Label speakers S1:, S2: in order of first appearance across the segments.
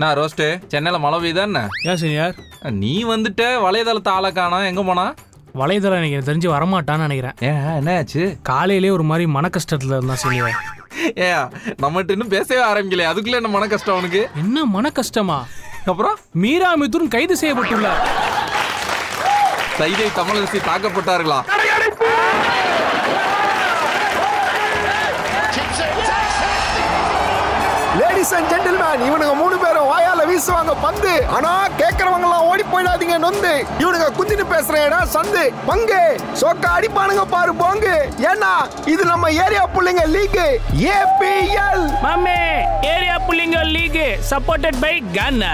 S1: நான் ரோஸ்ட்டு சென்னையில் மழை பெய்யுதான்னு
S2: ஏன் சீனியர்
S1: நீ வந்துட்ட வலைதளத்தை ஆளை காணோம் எங்கே போனா
S2: வலைதளம் எனக்கு எனக்கு தெரிஞ்சு வரமாட்டான்னு நினைக்கிறேன்
S1: ஏன் என்ன ஆச்சு
S2: காலையிலே ஒரு மாதிரி மன கஷ்டத்தில் இருந்தான் சீனியர்
S1: ஏ நம்மகிட்ட இன்னும் பேசவே ஆரம்பிக்கலையே அதுக்குள்ளே என்ன மன கஷ்டம் அவனுக்கு
S2: என்ன மன கஷ்டமா
S1: அப்புறம்
S2: மீரா மிதுன் கைது செய்யப்பட்டுள்ளார்
S1: சைதை தமிழரசி தாக்கப்பட்டார்களா
S3: லேடிஸ் அண்ட் ஜென்டில்மேன் இவனுங்க மூணு பேரும் வாயால வீசுவாங்க பந்து ஆனா கேக்குறவங்க எல்லாம் ஓடி போயிடாதீங்க நொந்து இவனுங்க குந்தின்னு பேசுற இடம் சந்து பங்கு சோக்க அடிப்பானுங்க பாரு போங்கு ஏன்னா இது நம்ம ஏரியா புள்ளைங்க லீக் ஏபிஎல்
S4: மாமே ஏரியா புள்ளிங்க league supported by Gaana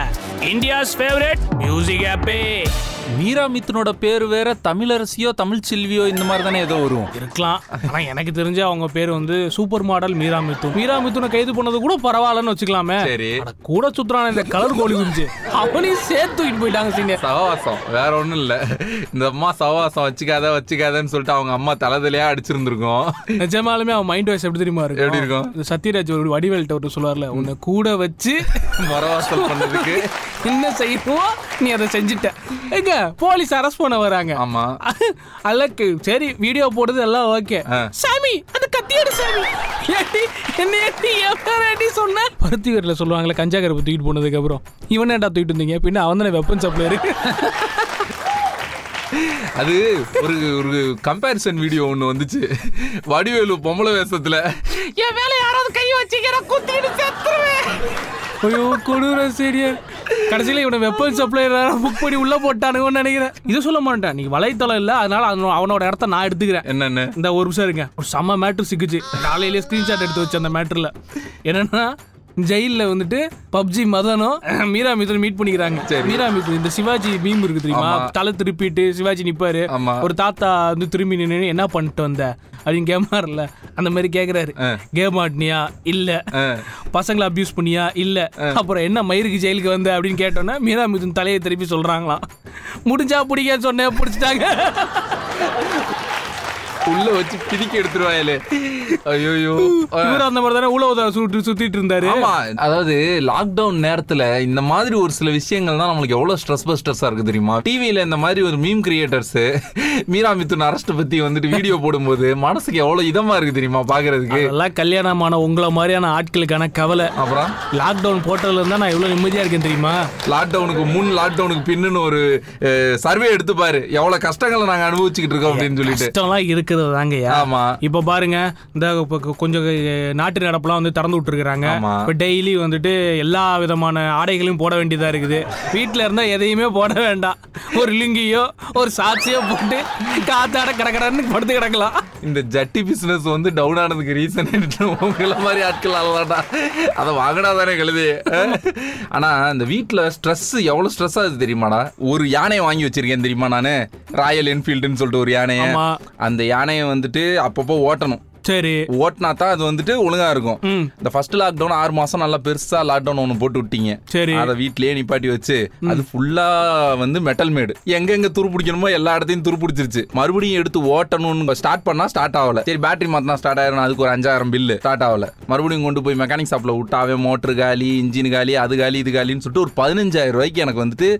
S4: India's favourite music ஆப்பே
S1: மீரா மித்தனோட பேர் வேற தமிழரசியோ தமிழ் செல்வியோ இந்த மாதிரி தானே ஏதோ வரும்
S2: இருக்கலாம் ஆனா எனக்கு தெரிஞ்ச அவங்க பேர் வந்து சூப்பர் மாடல் மீரா மிதுன் மீரா மிதுனை கைது பண்ணது கூட பரவாயில்லன்னு வச்சுக்கலாமே
S1: சரி.
S2: அட, கூட சுத்துறான இந்த கலர் கோழி குஞ்சு அவனையும் சேர்த்து தூக்கிட்டு போயிட்டாங்க சீனியர்
S1: சகவாசம் வேற ஒன்றும் இல்லை இந்த அம்மா சகவாசம் வச்சுக்காத வச்சுக்காதன்னு சொல்லிட்டு அவங்க அம்மா தலைதலையா அடிச்சிருந்துருக்கோம்
S2: நிஜமாலுமே அவன் மைண்ட் வைஸ் எப்படி தெரியுமா இருக்கு
S1: எப்படி இருக்கும்?
S2: இந்த சத்யராஜ் ஒரு வடிவேல்ட்ட ஒரு சொல்லுவார்ல உன்னை கூட வச்சு
S1: மரவாசல் பண்ணதுக்கு
S2: என்ன செய்யணுமோ நீ அதை செஞ்சுட்ட எங்க போலீஸ் அரெஸ்ட் பண்ண வராங்க
S1: ஆமா
S2: அலக்கு சரி வீடியோ போடுறது எல்லாம் ஓகே
S1: ஆ.
S2: சாமி அந்த கத்தியோட சாமி ஏடி, என்னை ஏடி, என் பேரை ஏடி சொன்ன? பருத்தி வீட்டில் சொல்லுவாங்களே கஞ்சா கருப்பு தூக்கிட்டு போனதுக்கு அப்புறம் இவனேடா தூக்கிட்டு இருந்தீங்க பின்ன அவன் தானே வெப்பன் சப்ளையர்
S1: அது ஒரு ஒரு கம்பேரிசன் வீடியோ ஒன்று வந்துச்சு வடிவேலு பொம்பளை வேஷத்துல
S2: என் மேல யாராவது கை வச்சுக்கிற குத்திட்டு செத்துருவேன் ஐயோ கொடூர சீரியர் கடைசியில் இவனை வெப்பன் சப்ளையர் புக் பண்ணி உள்ள போட்டானுங்கன்னு நினைக்கிறேன் இது சொல்ல மாட்டேன் நீ வலைத்தளம் இல்லை அதனால அவனோ- அவனோட இடத்த நான் எடுத்துக்கிறேன்
S1: என்னன்னு
S2: இந்த ஒரு நிமிஷம் இருங்க ஒரு செம்ம மேட்ரு சிக்குச்சு காலையிலேயே ஸ்க்ரீன்ஷாட் எடுத்து வச்சு அந்த மேட்டரில் என்னன்னா ஜெயிலில் வந்துட்டு பப்ஜி மதனும் மீரா மிதுன் மீட் பண்ணிக்கிறாங்க மீரா மிதுன் இந்த சிவாஜி மீம் இருக்கு தெரியுமா தலை திருப்பிட்டு சிவாஜி நிப்பாரு
S1: ஆமா.
S2: ஒரு தாத்தா வந்து திரும்பி நின்று என்ன பண்ணிட்டு வந்த அப்படின்னு கேமாருல அந்த மாதிரி கேக்குறாரு கேம் ஆடினியா இல்ல பசங்களை அபியூஸ் பண்ணியா இல்ல அப்புறம் என்ன மயிருக்கு ஜெயிலுக்கு வந்த அப்படின்னு கேட்டோன்னா மீரா மிதுன் தலையை திருப்பி சொல்றாங்களாம் முடிஞ்சா பிடிக்க சொன்னேன் பிடிச்சிட்டாங்க
S1: உள்ள வச்சு பிடிக்க எடுத்துருவாயிலே ஐயோயோ
S2: இவர் அந்த மாதிரி தானே உழவு தான் சுட்டு சுத்திட்டு இருந்தாரு
S1: ஆமா அதாவது லாக்டவுன் நேரத்துல இந்த மாதிரி ஒரு சில விஷயங்கள் தான் நம்மளுக்கு எவ்வளவு ஸ்ட்ரெஸ் பஸ் ஸ்ட்ரெஸ்ஸா இருக்கு தெரியுமா டிவியில இந்த மாதிரி ஒரு meme creators Meera Mithun arrest பத்தி வந்துட்டு வீடியோ போடும்போது மனசுக்கு எவ்வளவு இதமா இருக்கு தெரியுமா பாக்குறதுக்கு
S2: அதெல்லாம் கல்யாணமான உங்களை மாதிரியான ஆட்களுக்கான கவலை
S1: அப்புறம்
S2: லாக்டவுன் போட்டதுல இருந்தா நான் எவ்வளவு நிம்மதியா இருக்கேன் தெரியுமா
S1: லாக்டவுனுக்கு முன் லாக்டவுனுக்கு பின்னுன்னு ஒரு சர்வே எடுத்து பாரு எவ்வளவு கஷ்டங்களை நாங்க அனுபவிச்சுக்கிட்டு இருக்கோம் அப்படின்னு சொல்லிட்டு
S2: கஷ்டம்லாம் இருக்கிறது தாங்கய்யா
S1: ஆமா
S2: இப்ப பாருங்க இந்த இப்ப கொ- கொஞ்சம் அஹ், நாட்டு நடப்பெல்லாம் வந்து திறந்து விட்டுருக்காங்க
S1: ஆமா.
S2: இப்ப டெய்லி வந்துட்டு எல்லா விதமான ஆடைகளையும் போட வேண்டியதா இருக்குது வீட்ல இருந்தா எதையுமே போட வேண்டாம் ஒரு லுங்கியோ ஒரு சாட்சியோ போட்டு காத்தாட கடக்கடன்னு படுத்து கிடக்கலாம்
S1: இந்த ஜட்டி பிசினஸ் வந்து டவுன் ஆனதுக்கு ரீசன் உங்களை மாதிரி ஆட்கள் ஆளலாடா அதை வாங்கினா தானே கழுது ஆனா இந்த வீட்டில் ஸ்ட்ரெஸ் எவ்வளோ ஸ்ட்ரெஸ் ஆகுது தெரியுமாடா ஒரு யானையை வாங்கி வச்சிருக்கேன் தெரியுமா நான் ராயல் என்ஃபீல்டுன்னு சொல்லிட்டு ஒரு யானையை
S2: ஆமா.
S1: அந்த யானையை வந்துட்டு அப்பப்போ ஓட்டணும்
S2: சரி
S1: ஓட்டினா தான் அது வந்துட்டு ஒழுங்கா இருக்கும் இந்த ஃபர்ஸ்ட் லாக்டவுன் ஆறு மாசம் நல்லா பெருசா லாக்டவுன் ஒன்று போட்டு விட்டீங்க
S2: சரி.
S1: அதை வீட்லயே நிப்பாட்டி வச்சு அது ஃபுல்லா வந்து மெட்டல் மேடு எங்கெங்க துரு பிடிக்கணுமோ எல்லா இடத்தையும் துரு பிடிச்சிருச்சு மறுபடியும் எடுத்து ஓட்டணும்னு ஸ்டார்ட் பண்ணா ஸ்டார்ட் ஆகல சரி பேட்டரி மாத்தினா ஸ்டார்ட் ஆயிரும் அதுக்கு ஒரு அஞ்சாயிரம் பில்லு ஸ்டார்ட் ஆகல மறுபடியும் கொண்டு போய் மெக்கானிக் ஷாப்ல விட்டாவே மோட்டர் காலி இன்ஜின் காலி அது காலி இது காலின்னு சொல்லிட்டு ஒரு பதினஞ்சாயிரம் ரூபாய்க்கு எனக்கு வந்துட்டு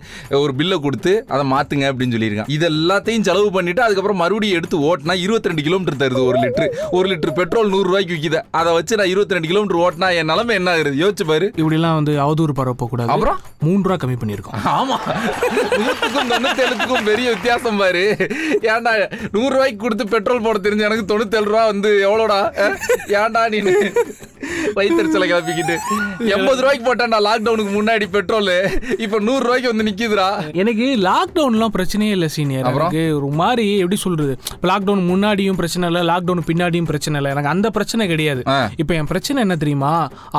S1: ஒரு பில்லை கொடுத்து அதை மாத்துங்க அப்படின்னு சொல்லியிருக்கான் இது எல்லாத்தையும் செலவு பண்ணிட்டு அதுக்கப்புறம் மறுபடியும் எடுத்து ஓட்டினா 22 ரெண்டு கிலோமீட்டர் தருது ஒரு லிட்டர் ஒரு லிட்டர் பெட்ரோல் நூறு ரூபாய்க்கு விற்கிது அதை வச்சு நான் 22 கிலோமீட்டர் ஓட்டினா என் நிலைமை என்ன ஆகுது யோசிச்சு பாரு
S2: இப்படிலாம் வந்து அவதூறு பரப்ப கூடாது
S1: அப்புறம்?
S2: மூணு ரூபா கம்மி பண்ணியிருக்கோம்
S1: ஆமா நூற்றுக்கும் தொண்ணூத்தேழுக்கும் பெரிய வித்தியாசம் பாரு ஏன்டா நூறு ரூபாய்க்கு கொடுத்து பெட்ரோல் போட தெரிஞ்ச எனக்கு தொண்ணூத்தேழு ரூபா வந்து எவ்வளோடா அஹ்? ஏன்டா நீ வயிற்றுச்சலை கிளப்பிக்கிட்டு எண்பது ரூபாய்க்கு போட்டான்டா லாக்டவுனுக்கு முன்னாடி பெட்ரோல் இப்போ நூறு ரூபாய்க்கு வந்து நிக்குதுடா
S2: எனக்கு லாக்டவுன்லாம் பிரச்சனையே இல்லை சீனியர் எனக்கு ஒரு மாதிரி எப்படி சொல்றது இப்போ லாக்டவுன் முன்னாடியும் பிரச்சனை இல்லை லாக்டவுன் பின்னாடியும் பிரச்சனை இல்லை எனக்கு அந்த பிரச்சனை கிடையாது
S1: ஆ.
S2: இப்போ என் பிரச்சனை என்ன தெரியுமா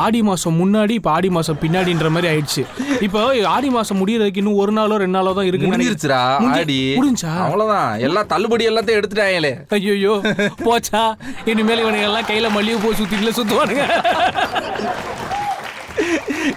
S2: ஆடி மாசம் முன்னாடி இப்போ ஆடி மாசம் பின்னாடின்ற மாதிரி ஆயிடுச்சு இப்போ ஆடி மாசம் முடியறதுக்கு இன்னும் ஒரு நாளோ ரெண்டு நாளோ தான் இருக்கு
S1: முடிஞ்சிருச்சுடா ஆடி
S2: முடிஞ்சா
S1: அவ்வளவுதான் எல்லா தள்ளுபடி எல்லாத்தையும் எடுத்துட்டாங்களே
S2: ஐயோ போச்சா இனிமேல் இவனுங்க எல்லாம் கையில மல்லிகை பூ சுத்திட்டுல சுத்துவானுங்க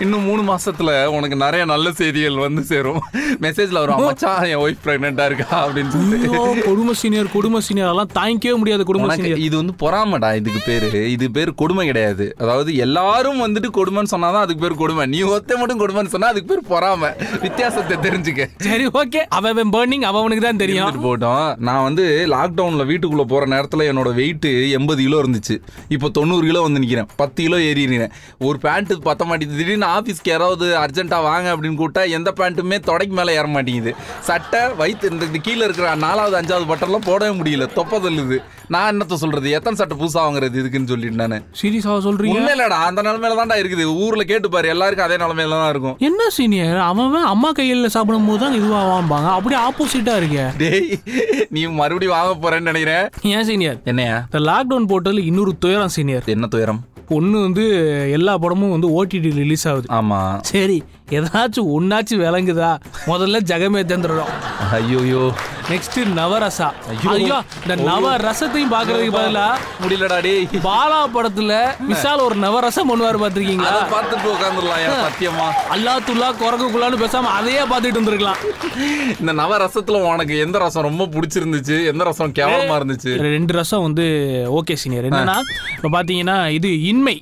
S1: இன்னும் மூணு மாசத்துல உனக்கு நிறைய நல்ல செய்திகள் வந்து சேரும் மெசேஜ்ல வரும் மச்சான் என் ஒய்ஃப் பிரெக்னெண்டா இருக்கா அப்படின்னு சொல்லிட்டு
S2: ஐயோ, கொடுமை சீனியர் கொடுமை சீனியர் அதெல்லாம் தாங்கிக்கவே முடியாது கொடுமை
S1: உனக்கு
S2: சீனியர்
S1: இது வந்து பொறாமடா இதுக்கு பேரு இது பேர் கொடுமை கிடையாது அதாவது எல்லாரும் வந்துட்டு கொடுமைன்னு சொன்னாதான் அதுக்கு பேர் கொடுமை நீ ஒத்த மட்டும் கொடுமைன்னு சொன்னா அதுக்கு பேர் பொறாமை வித்தியாசத்தை தெரிஞ்சுக்க
S2: சரி ஓகே அவன் பேர்னிங் அவனுக்கு தான் தெரியும்
S1: இருந்துட்டு போட்டோம் நான் வந்து லாக்டவுன்ல வீட்டுக்குள்ள போற நேரத்துல என்னோட வெயிட் எண்பது கிலோ இருந்துச்சு இப்போ தொண்ணூறு கிலோ வந்து நிக்கிறேன் பத்து கிலோ ஏறி நிக்கிறேன் ஒரு பேண்ட் பத்த மாட்டேங்குது திடீர்னு ஆபீஸ்க்கு யாராவது அர்ஜென்ட்டா வாங்க அப்படின்னு கூப்பிட்டா எந்த பேண்ட்டுமே தொடைக்கு மேல ஏற மாட்டேங்குது சட்டை வயிற்று இந்த இந்த கீழே இருக்கிற நாலாவது அஞ்சாவது பட்டன்லாம் போடவே முடியல தொப்பை தள்ளுது நான் என்னத்த சொல்றது எத்தனை சட்டை புதுசா வாங்குறது இதுக்குன்னு சொல்லிட்டு நானு
S2: சீரியஸாக சொல்றீங்க
S1: உண்மையிலடா அந்த நிலைமையில தான்டா இருக்குது ஊர்ல கேட்டு பாரு எல்லாருக்கும் அதே நிலைமையில தான் இருக்கும்
S2: என்ன சீனியர் அவன் அவன் அம்மா கையில் சாப்பிடும் போது தான் இதுவாக வாம்பாங்க அப்படியே ஆப்போசிட்டாக இருக்கே
S1: டேய் நீ மறுபடியும் வாங்க போறேன்னு நினைக்கிறேன்
S2: ஏன் சீனியர்
S1: என்னையா
S2: இந்த லாக்டவுன் போட்டதில் இன்னொரு துயரம் சீனியர்
S1: என்ன துயரம்
S2: ஒன்று வந்து எல்லா படமும் வந்து ஓடிடி ரிலீஸ் ஆகுது
S1: ஆமா
S2: சரி ஏதாச்சும் ஒன்னாச்சும் விளங்குதா முதல்ல ஜெகமே தந்துடும்
S1: ஐயோயோ
S2: நெக்ஸ்ட் நவரசா
S1: ஐயோ.
S2: ஐயோ இந்த நவரசத்தையும் பாக்குறதுக்கு பதிலா
S1: முடியலடா டேய்
S2: பாலா படத்துல விஷால் ஒரு நவரசம் பண்ணுவாரு பாத்திருக்கீங்களா
S1: அதை பார்த்துட்டு உட்காந்துடலாம் ஏன் சத்தியமா
S2: அல்லா துல்லா குரங்கு குலான்னு பேசாம அதையே பாத்துட்டு இருந்திருக்கலாம்
S1: இந்த நவ ரசத்துல உனக்கு எந்த ரசம் ரொம்ப பிடிச்சிருந்துச்சு எந்த ரசம் கேவலமா இருந்துச்சு
S2: ரெண்டு ரசம் வந்து ஓகே சீனியர் என்னன்னா இப்ப பாத்தீங்கன்னா இது இன்மை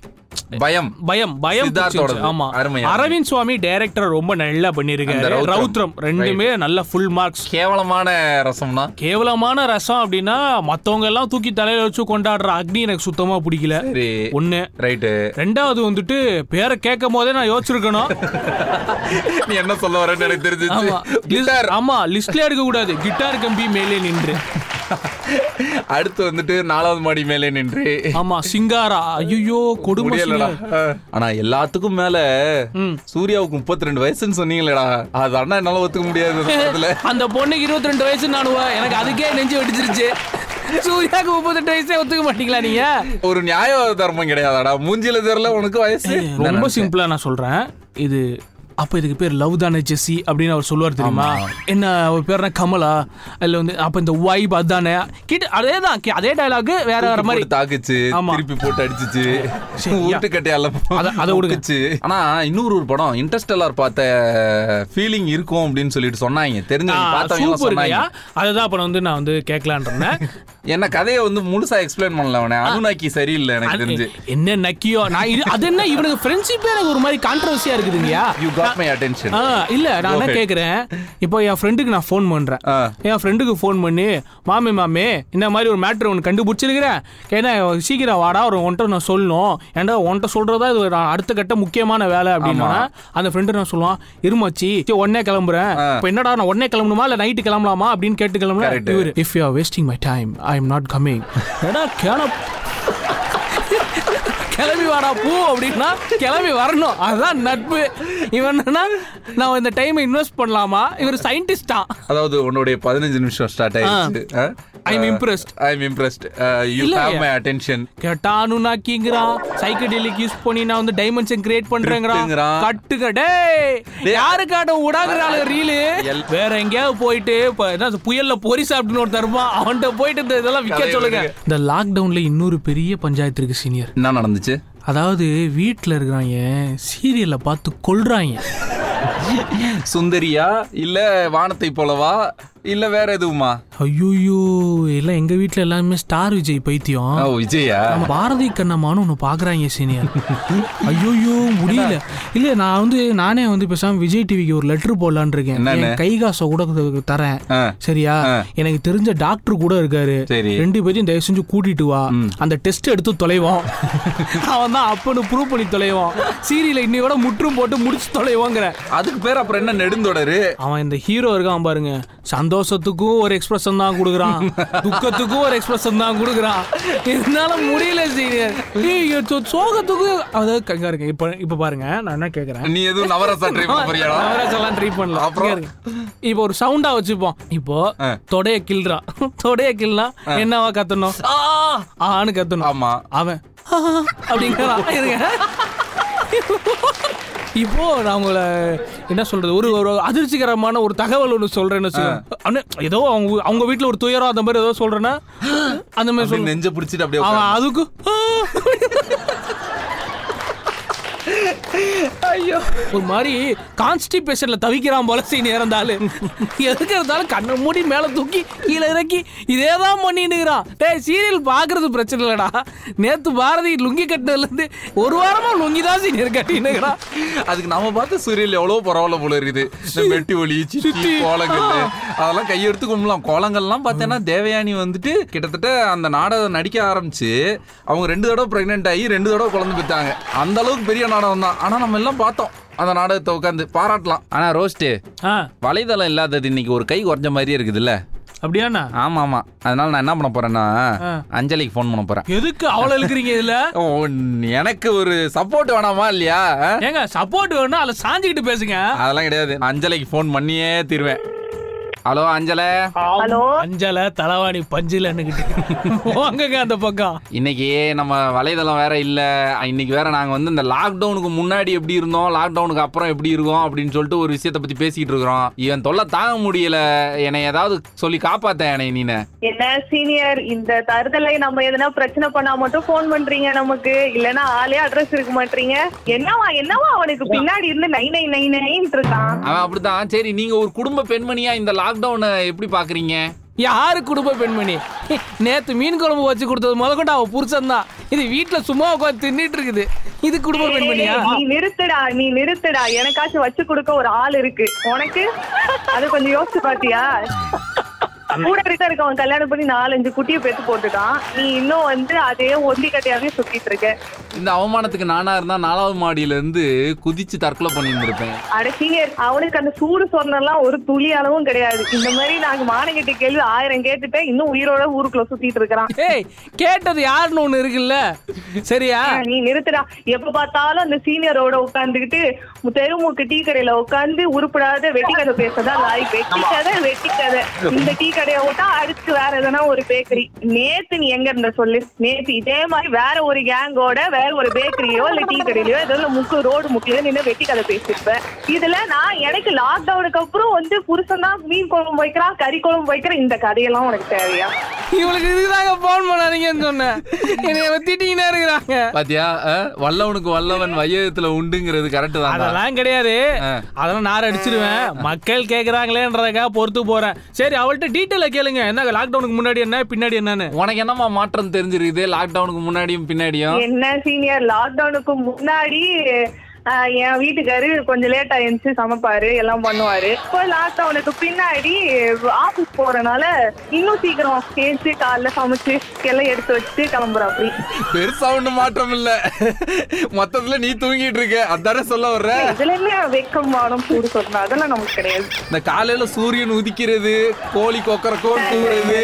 S1: பயம்
S2: பயம் பயம்
S1: சித்தார்த்தோடது.
S2: பிடிச்சிருந்துச்சு. ஆமா
S1: அருமை, அருமை.
S2: அரவிந்த் சுவாமி டைரக்டர் ரொம்ப நல்லா பண்ணிருக்காரு
S1: அந்த ரௌத்ரம்.
S2: ரௌத்ரம் ரெண்டுமே நல்ல ஃபுல் மார்க்ஸ்
S1: கேவலமான ரசம்னா
S2: கேவலமான ரசம் அப்படின்னா மத்தவங்க எல்லாம் தூக்கி தலையில வச்சு கொண்டாடுற அக்னி எனக்கு சுத்தமா பிடிக்கல
S1: சரி
S2: ஒண்ணு
S1: ரைட்டு
S2: ரெண்டாவது வந்துட்டு பேரை கேட்கும் போதே நான் யோசிச்சிருக்கணும்
S1: நீ என்ன சொல்ல வரேன்னு எனக்கு
S2: ஆமா
S1: தெரிஞ்சிச்சு
S2: லிஸ்-
S1: கிட்டார்
S2: ஆமா லிஸ்ட்ல எடுக்க கூடாது கிட்டார் கம்பி மேலே நின்று
S1: அடுத்து வந்துட்டு நாலாவது மாடி மேலே நின்று
S2: ஆமா சிங்காரா ஐயோ கொடுமை
S1: முடியலடா
S2: சிங்காரா.
S1: ஆனா எல்லாத்துக்கும் மேல சூர்யாவுக்கு முப்பத்தி ரெண்டு வயசுன்னு சொன்னீங்களேடா அது அண்ணா என்னால ஒத்துக்க முடியாது இந்த படத்துல
S2: அந்த பொண்ணுக்கு இருபத்தி ரெண்டு வயசு நானுவா எனக்கு அதுக்கே நெஞ்சு வெடிச்சிருச்சு சூர்யாக்கு முப்பத்தெட்டு வயசே ஒத்துக்க மாட்டீங்களா நீங்க
S1: ஒரு நியாய தர்மம் கிடையாதாடா மூஞ்சில தெரியல உனக்கு வயசு
S2: ரொம்ப சிம்பிளா நான் சொல்றேன் இது அப்ப இதுக்கு பேர் லவ் தானே ஜெஸ்ஸி அப்படின்னு அவர் சொல்லுவார் தெரியுமா என்ன அவர் பேர் என்ன கமலா அதுல வந்து அப்ப இந்த வைப் அதானே கிட்ட அதே தான் அதே டயலாக் வேற வேற மாதிரி
S1: போட்டு தாக்குச்சு
S2: ஆமா.
S1: திருப்பி போட்டு அடிச்சுச்சு
S2: சரியா.
S1: ஊட்டு கட்டையால
S2: அத- அத விடுங்க.
S1: முக்குச்சு. ஆனா இன்னொரு ஒரு படம் இன்டர்ஸ்டெல்லார் பார்த்த ஃபீலிங் இருக்கும் அப்படின்னு சொல்லிட்டு சொன்னாங்க தெரிஞ்சு பார்த்தவங்க எல்லாம்
S2: சூப்பர்
S1: சொன்னாங்க
S2: இல்லையா அதுதான் அப்ப நான் வந்து நான் வந்து கேட்கலான் இருந்தேன்
S1: என்ன கதையை வந்து முழுசா எக்ஸ்பிளைன் பண்ணல அவனே அனுநாக்கி சரியில்லை எனக்கு தெரிஞ்சு
S2: அது- என்ன நக்கியோ நான் இது அது என்ன இவனுக்கு ஃப்ரெண்ட்ஷிப்பே எனக்கு ஒரு மாதிரி கான்ட்ரவர்சியா இருக்குதுங்கயா
S1: யூ காட் மை அட்டென்ஷன்
S2: ஆ இல்ல நான் என்ன
S1: Okay.
S2: கேக்குறேன் இப்போ என் ஃப்ரெண்டுக்கு நான் ஃபோன் பண்றேன்
S1: ஆ.
S2: என் ஃப்ரெண்டுக்கு ஃபோன் பண்ணி மாமே மாமே இந்த மாதிரி ஒரு மேட்ரு ஒன்று கண்டுபிடிச்சிருக்கிறேன் ஏன்னா சீக்கிரம் வாடா ஒரு ஒன்ட்ட நான் சொல்லணும் ஏன்டா உன்கிட்ட சொல்றதா இது ஒரு அடுத்த கட்ட முக்கியமான வேலை அப்படின்னா அந்த ஃப்ரெண்டு நான் சொல்லுவான் இருமாச்சி சரி, உடனே கிளம்புறேன் இப்போ என்னடா நான் உடனே கிளம்பணுமா இல்லை நைட்டு கிளம்பலாமா அப்படின்னு கேட்டு கிளம்புறேன்
S1: Correct.
S2: இவர் if you are wasting my time I am not coming ஏடா கேன கிளம்பி வாடா பூ அப்படின்னா கிளம்பி வரணும் அதுதான் நட்பு இவன் என்னன்னா நான் இந்த டைம் இன்வெஸ்ட் பண்ணலாமா இவர் சயின்டிஸ்டா
S1: அதாவது உன்னுடைய பதினஞ்சு நிமிஷம் ஸ்டார்ட் ஆயிடுச்சு Uh,
S2: I am impressed.
S1: I am impressed you
S2: இல்லையா?
S1: ஹேவ் மை அட்டென்ஷன்
S2: கேட்டானு நான் கிங்கிறான் சைக்கடெலிக் யூஸ் பண்ணி நான் வந்து டைமென்ஷன் கிரியேட் பண்றேங்கிறான்
S1: Drift-ங்கிறான்.
S2: கட்டுக்க டேய்
S1: டேய்.
S2: யாருக்காட்ட உடாங்கிறாங்க ரீலு
S1: எல்-
S2: வேற எங்கேயாவது போயிட்டு இப்ப என்ன புயல்ல பொறி சாப்பிட்டுன்னு ஒரு தருமா அவன்கிட்ட போயிட்டு இந்த இதெல்லாம் விற்க
S1: கதையை
S2: சொல்லுங்க
S1: விடுங்க.
S2: இந்த லாக்டவுன்ல இன்னொரு பெரிய பஞ்சாயத்து இருக்கு சீனியர்
S1: என்ன நடந்துச்சு
S2: அதாவது வீட்டில் இருக்கிறாங்க சீரியல்ல பார்த்து கொள்றாங்க
S1: சுந்தரியா இல்ல வானத்தை போலவா இல்ல வேற எதுவுமா
S2: ஐயோ எல்லாம் எங்க வீட்டில் எல்லாருமே ஸ்டார் விஜய் பைத்தியம்
S1: ஓ விஜயா
S2: நம்ம பாரதி கண்ணம்மான்னு ஒன்று பார்க்குறாங்க சீனியர் ஐயோயோ முடியல இல்ல நான் வந்து நானே வந்து பேசாம விஜய் டிவிக்கு ஒரு லெட்டர் போடலான்னு இருக்கேன்
S1: என்னன்னு?
S2: என் கை காசை கூட கு- தரேன்
S1: ஆ.
S2: சரியா எனக்கு தெரிஞ்ச டாக்டர் கூட இருக்காரு
S1: சரி.
S2: ரெண்டு பேரையும் தயவு செஞ்சு கூட்டிட்டு வா அந்த டெஸ்ட் எடுத்து தொலைவோம் அவன் தான் அப்பன்னு ப்ரூவ் பண்ணி தொலைவோம் சீரியல இன்னையோட முற்றும் போட்டு முடிச்சு தொலைவோங்கிற
S1: அதுக்கு பேர் அப்புறம் என்ன நெடுந்தொடரு
S2: அவன் இந்த ஹீரோ இருக்கான் பாருங்க சந்தோஷத்துக்கும் ஒரு எக்ஸ்பிரஷன் தான் கொடுக்குறான் துக்கத்துக்கும் ஒரு எக்ஸ்பிரஷன் தான் கொடுக்குறான் இதனால முடியல சீனியர் ஐயோ, சோ- சோகத்துக்கும் அதாவது கங்கா இருக்கு இப்போ இப்போ பாருங்க நான் என்ன கேட்குறேன்
S1: நீ எதுவும் நவரசா ட்ரை போறியாடா
S2: நவராஜெல்லாம் ட்ரீட் பண்ணலாம்
S1: அப்புறம்?
S2: அப்புறம் இப்போ ஒரு சவுண்டா வச்சுப்போம் இப்போ தொடைய கிள்றான் தொடைய கிள்னா என்னவா கத்தணும் ஆ, ஆன்னு கத்தணும்
S1: ஆமா
S2: அவன் "ஆ" அப்படிங்கிறான் இருங்க. இப்போ நான் உங்களை என்ன சொல்றது ஒரு ஒரு அதிர்ச்சிகரமான ஒரு தகவல் ஒன்று சொல்றேன்னு வச்சுக்கோங்க. அண்ணே, ஏதோ அவங்க ஊ- அவங்க வீட்ல ஒரு துயரம் அந்த மாதிரி ஏதோ சொல்றேன்னா அந்த மாதிரி
S1: அப்படி
S2: சொல்லுவேன்
S1: நெஞ்ச பிடிச்சிட்டு அப்படியே
S2: அவன் அதுக்கு "ஆ"
S1: உட்காரு. ஐயோ
S2: ஒரு மாதிரி கான்ஸ்டிபேஷன்ல தவிக்கிறான் போல சீன் இறந்தாலு எதுக்கு இருந்தாலும் கண்ணை மூடி மேல தூக்கி கீழே இறக்கி இதே தான் பண்ணிட்டுக்கிறான் டேய் சீரியல் பாக்குறது பிரச்சனை இல்லடா நேத்து பாரதி லுங்கி கட்டினதுல இருந்து ஒரு வாரமா லுங்கி தான் சீனியர் கட்டினுக்கிறான்
S1: அதுக்கு நாம பார்த்த சீரியல் எவ்வளவு பரவாயில்ல போல இருக்குது இந்த வெட்டி ஒளி சிட்டி கோலங்கள் அதெல்லாம் கையெடுத்து கும்பலாம் கோலங்கள்லாம் பார்த்தேன்னா தேவயானி வந்துட்டு கிட்டத்தட்ட அந்த நாடகம் நடிக்க ஆரம்பிச்சு அவங்க ரெண்டு தடவை பிரெக்னென்ட் ஆகி ரெண்டு தடவை குழந்தை பெற்றாங்க அந்த அளவுக்கு பெரிய நாடகம் தான் ஆனா நம்ம எல்லாம் பார்த்தோம் அந்த நாடகத்தை உட்காந்து பாராட்டலாம் ஆனா ரோஸ்ட்
S2: ஆ
S1: வலைதளம் இல்லாதது இன்னைக்கு ஒரு கை குறைஞ்ச மாதிரியே இருக்குதுல்ல
S2: அப்படியாண்ணா
S1: ஆமா ஆமா அதனால நான் என்ன பண்ண போறேன்னா அஞ்சலிக்கு ஃபோன் பண்ண போறேன்
S2: எதுக்கு அவ்வளோ இருக்கிறீங்க இதுல
S1: ஓ, எனக்கு ஒரு சப்போர்ட் வேணாமா இல்லையா ஆ?
S2: ஏங்க சப்போர்ட் வேணும்னா அதில் சாஞ்சிக்கிட்டு பேசுங்க
S1: அதெல்லாம் கிடையாது நான் அஞ்சலைக்கு ஃபோன் பண்ணியே தீருவேன் ஹலோ அஞ்சலை
S5: ஹலோ
S2: அஞ்சலை தலவாணி பஞ்சிலன்னுக்கிட்டு வாங்கங்க அந்த பக்கம்
S1: இன்னைக்கு நம்ம வலைதளம் வேற இல்ல இன்னைக்கு வேற நாங்க வந்து இந்த லாக்டவுனுக்கு முன்னாடி எப்படி இருந்தோம் லாக்டவுனுக்கு அப்புறம் எப்படி இருக்கோம் அப்படின்னு சொல்லிட்டு ஒரு விஷயத்தை பத்தி பேசிக்கிட்டு இருக்கிறோம் இவன் தொல்லை தாங்க முடியல என்னை ஏதாவது சொல்லி காப்பாத்த என்னை நீனு
S5: என்ன சீனியர் இந்த தருதலை நம்ம எதுனா பிரச்சனை பண்ணா மட்டும் ஃபோன் பண்றீங்க நமக்கு இல்லனா ஆளே அட்ரஸ் இருக்க மாட்டீங்க என்னவா என்னவா அவனுக்கு பின்னாடி இருந்து நைன் நைன் நைன் நைன் இருக்கான்
S1: அவன் அப்படித்தான் சரி நீங்க ஒரு குடும்ப பெண்மணியா இந்த லாக்டவுனை எப்படி பாக்குறீங்க
S2: யாரு குடும்ப பெண்மணி நேத்து மீன் குழம்பு வச்சு கொடுத்தது முதல்கொண்டு அவ புருஷன் தான் இது வீட்டுல சும்மா உட்காந்து தின்னுட்டு இருக்குது இது குடும்ப பெண்மணியா
S5: ஏய், நீ நிறுத்துடா நீ நிறுத்துடா எனக்காச்சும் வச்சு கொடுக்க ஒரு ஆள் இருக்கு உனக்கு அது கொஞ்சம் யோசிச்சு பாத்தியா கூட இருக்க இருக்க அவன் கல்யாணம் பண்ணி நாலஞ்சு குட்டியை பெத்து போட்டுட்டான் நீ இன்னும் வந்து அதே ஒண்டி கட்டையாவே சுத்திட்டு இருக்க
S1: இந்த அவமானத்துக்கு நானா இருந்தா நாலாவது மாடியில இருந்து குதிச்சு தற்கொலை பண்ணியிருந்திருப்பேன்
S5: அட சீனியர் அவனுக்கு அந்த சூடு சொன்னெல்லாம் ஒரு துளி அளவும் கிடையாது இந்த மாதிரி நாங்க மானங்கிட்ட கேள்வி ஆயிரம் கேட்டுட்டு இன்னும் உயிரோட ஊருக்குள்ள சுத்திட்டு இருக்கிறான்
S2: ஏய் கேட்டது யாருன்னு ஒண்ணு இருக்குல்ல சரியா
S5: நீ நிறுத்துடா எப்ப பார்த்தாலும் அந்த சீனியரோட உட்கார்ந்துகிட்டு தெருமுக்கு டீ கடையில உட்கார்ந்து உருப்படாத வெட்டி கதை பேசதான் லாய்க்கு வெட்டி கதை வெட்டி கதை இந்த டீ கடையை விட்டா அடுத்து வேற எதனா ஒரு பேக்கரி நேத்து நீ எங்க இருந்த சொல்லு நேத்து இதே மாதிரி வேற ஒரு கேங்கோட வேற ஒரு பேக்கரியோ இல்ல டீ கடையிலயோ ஏதோ இல்ல முக்கு ரோடு முக்கிலயோ நின்னு வெட்டி கதை பேசிருப்பேன் இதுல நான் எனக்கு லாக்டவுனுக்கு அப்புறம் வந்து புருஷன் தான் மீன் குழம்பு வைக்கிறான் கறி குழம்பு வைக்கிறான் இந்த கதையெல்லாம் உனக்கு தேவையா
S2: இவளுக்கு இதுதாங்க போன் பண்ணாதீங்கன்னு சொன்னேன் என்னைய திட்டிங்கன்னா இருக்கிறாங்க
S1: பாத்தியா அஹ், வல்லவனுக்கு வல்லவன் வையத்துல உண்டுங்கிறது கரெக்ட் தான்
S2: அதெல்லாம் கிடையாது அதெல்லாம் நார் அடிச்சிருவேன் மக்கள் கேக்குறாங்களேன்றதுக்காக பொறுத்து போறேன் சரி அவள்கிட்ட டீட்டெயில கேளுங்க என்ன லாக்டவுனுக்கு முன்னாடி என்ன பின்னாடி என்னன்னு
S1: உனக்கு என்னம்மா மாற்றம் தெரிஞ்சிருக்குது லாக்டவுனுக்கு முன்னாடியும் பின்னாடியும்
S5: என்ன சீனியர் லாக்டவுனுக்கு முன்னாடி ஆஹ், என் வீட்டுக்காரு கொஞ்சம் லேட்டா எழுந்துச்சு சமைப்பாரு எல்லாம் பண்ணுவாரு இப்போ லாக்டவுனுக்கு பின்னாடி ஆபீஸ் போறனால இன்னும் சீக்கிரம் எழுந்துச்சு காலைல சமைச்சு எல்லாம் எடுத்து வச்சு கிளம்புறா அப்படி
S1: பெருசா ஒண்ணும் மாற்றம் இல்ல மொத்தத்துல நீ தூங்கிட்டு இருக்க அதானே சொல்ல வர்ற
S5: இதுல என்ன வெக்கம் வாடம் சூடு சொன்னா அதெல்லாம் நமக்கு கிடையாது
S1: இந்த காலையில சூரியன் உதிக்கிறது கோழி கொக்கரக்கோன்னு தூங்குறது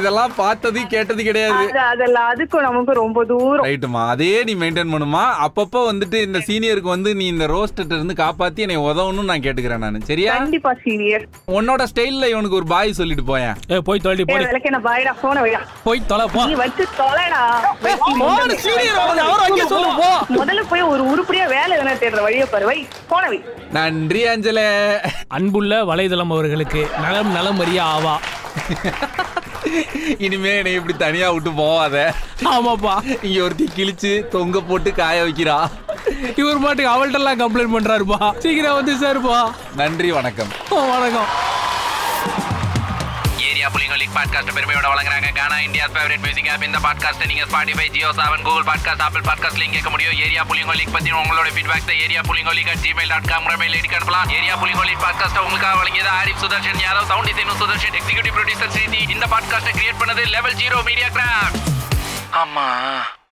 S1: இதெல்லாம் பார்த்தது கேட்டது கிடையாது
S5: அது அதெல்லாம் அதுக்கும் நமக்கு ரொம்ப தூரம்
S1: ரைட்டுமா அதே நீ மெயின்டைன் பண்ணுமா அப்பப்போ வந்துட்டு இந்த சீனியருக்கு வந்து நீ இந்த ரோஸ்ட்டு இருந்து காப்பாத்தி என்னை உதவணும்னு நான் கேட்டுக்கிறேன் நான் சரியா
S5: கண்டிப்பா சீனியர்
S1: உன்னோட ஸ்டைல்ல இவனுக்கு ஒரு பாய் சொல்லிட்டு போயேன்
S2: ஏ போய் தொலைடி போடி
S5: விளக்கு என்ன பாயிடா போன வைடா
S2: போய் தொலை போ
S5: நீ வச்சு தொலைடா வெட்டி
S2: போன
S5: நின்னு.
S2: சீனியர் வந்து அவர் அங்கே சொல்லு போ
S5: முதல்ல போய் ஒரு உருப்படியா வேலை எதனா தேடுற வழியை பாரு வை போன வை
S1: நன்றி அஞ்சலே
S2: அன்புள்ள வலைதளம் அவர்களுக்கு நலம் நலம் அறிய ஆவா
S1: இனிமே என்னை இப்படி தனியா விட்டு போவாத
S2: ஆமாப்பா
S1: இங்க ஒருத்தி கிழிச்சு தொங்க போட்டு காய வைக்கிறா
S2: இவர் பாட்டுக்கு அவள்கிட்ட எல்லாம் கம்ப்ளைண்ட் பண்றாருப்பா சீக்கிரம் வந்து சார்ப்பா
S1: நன்றி வணக்கம்
S2: வணக்கம்
S6: ஏரியா புலிங்க லீக் பாட்காஸ்ட் பெருமையோட வழங்குறாங்க Gaana India favourite music app இந்த பாட்காஸ்ட் நீங்க Spotify Jio Saavn Google podcast Apple podcast link கேட்க முடியும் ஏரியா புலிங்க லீக் பத்தி உங்களோட ஃபீட்பேக் ஏரியா புலிங்க league at Gmail dot com mail ஐடிக்கு அனுப்பலாம் ஏரியா புலிங்க லீக் பாட்காஸ்ட் உங்களுக்காக வழங்கியது Arif Sudarshan Yadav sound design Sudarshan executive producer Sridhi இந்த பாட்காஸ்ட்டை கிரியேட் பண்ணது லெவல் ஜீரோ மீடியா கிராஃப்ட் ஆமா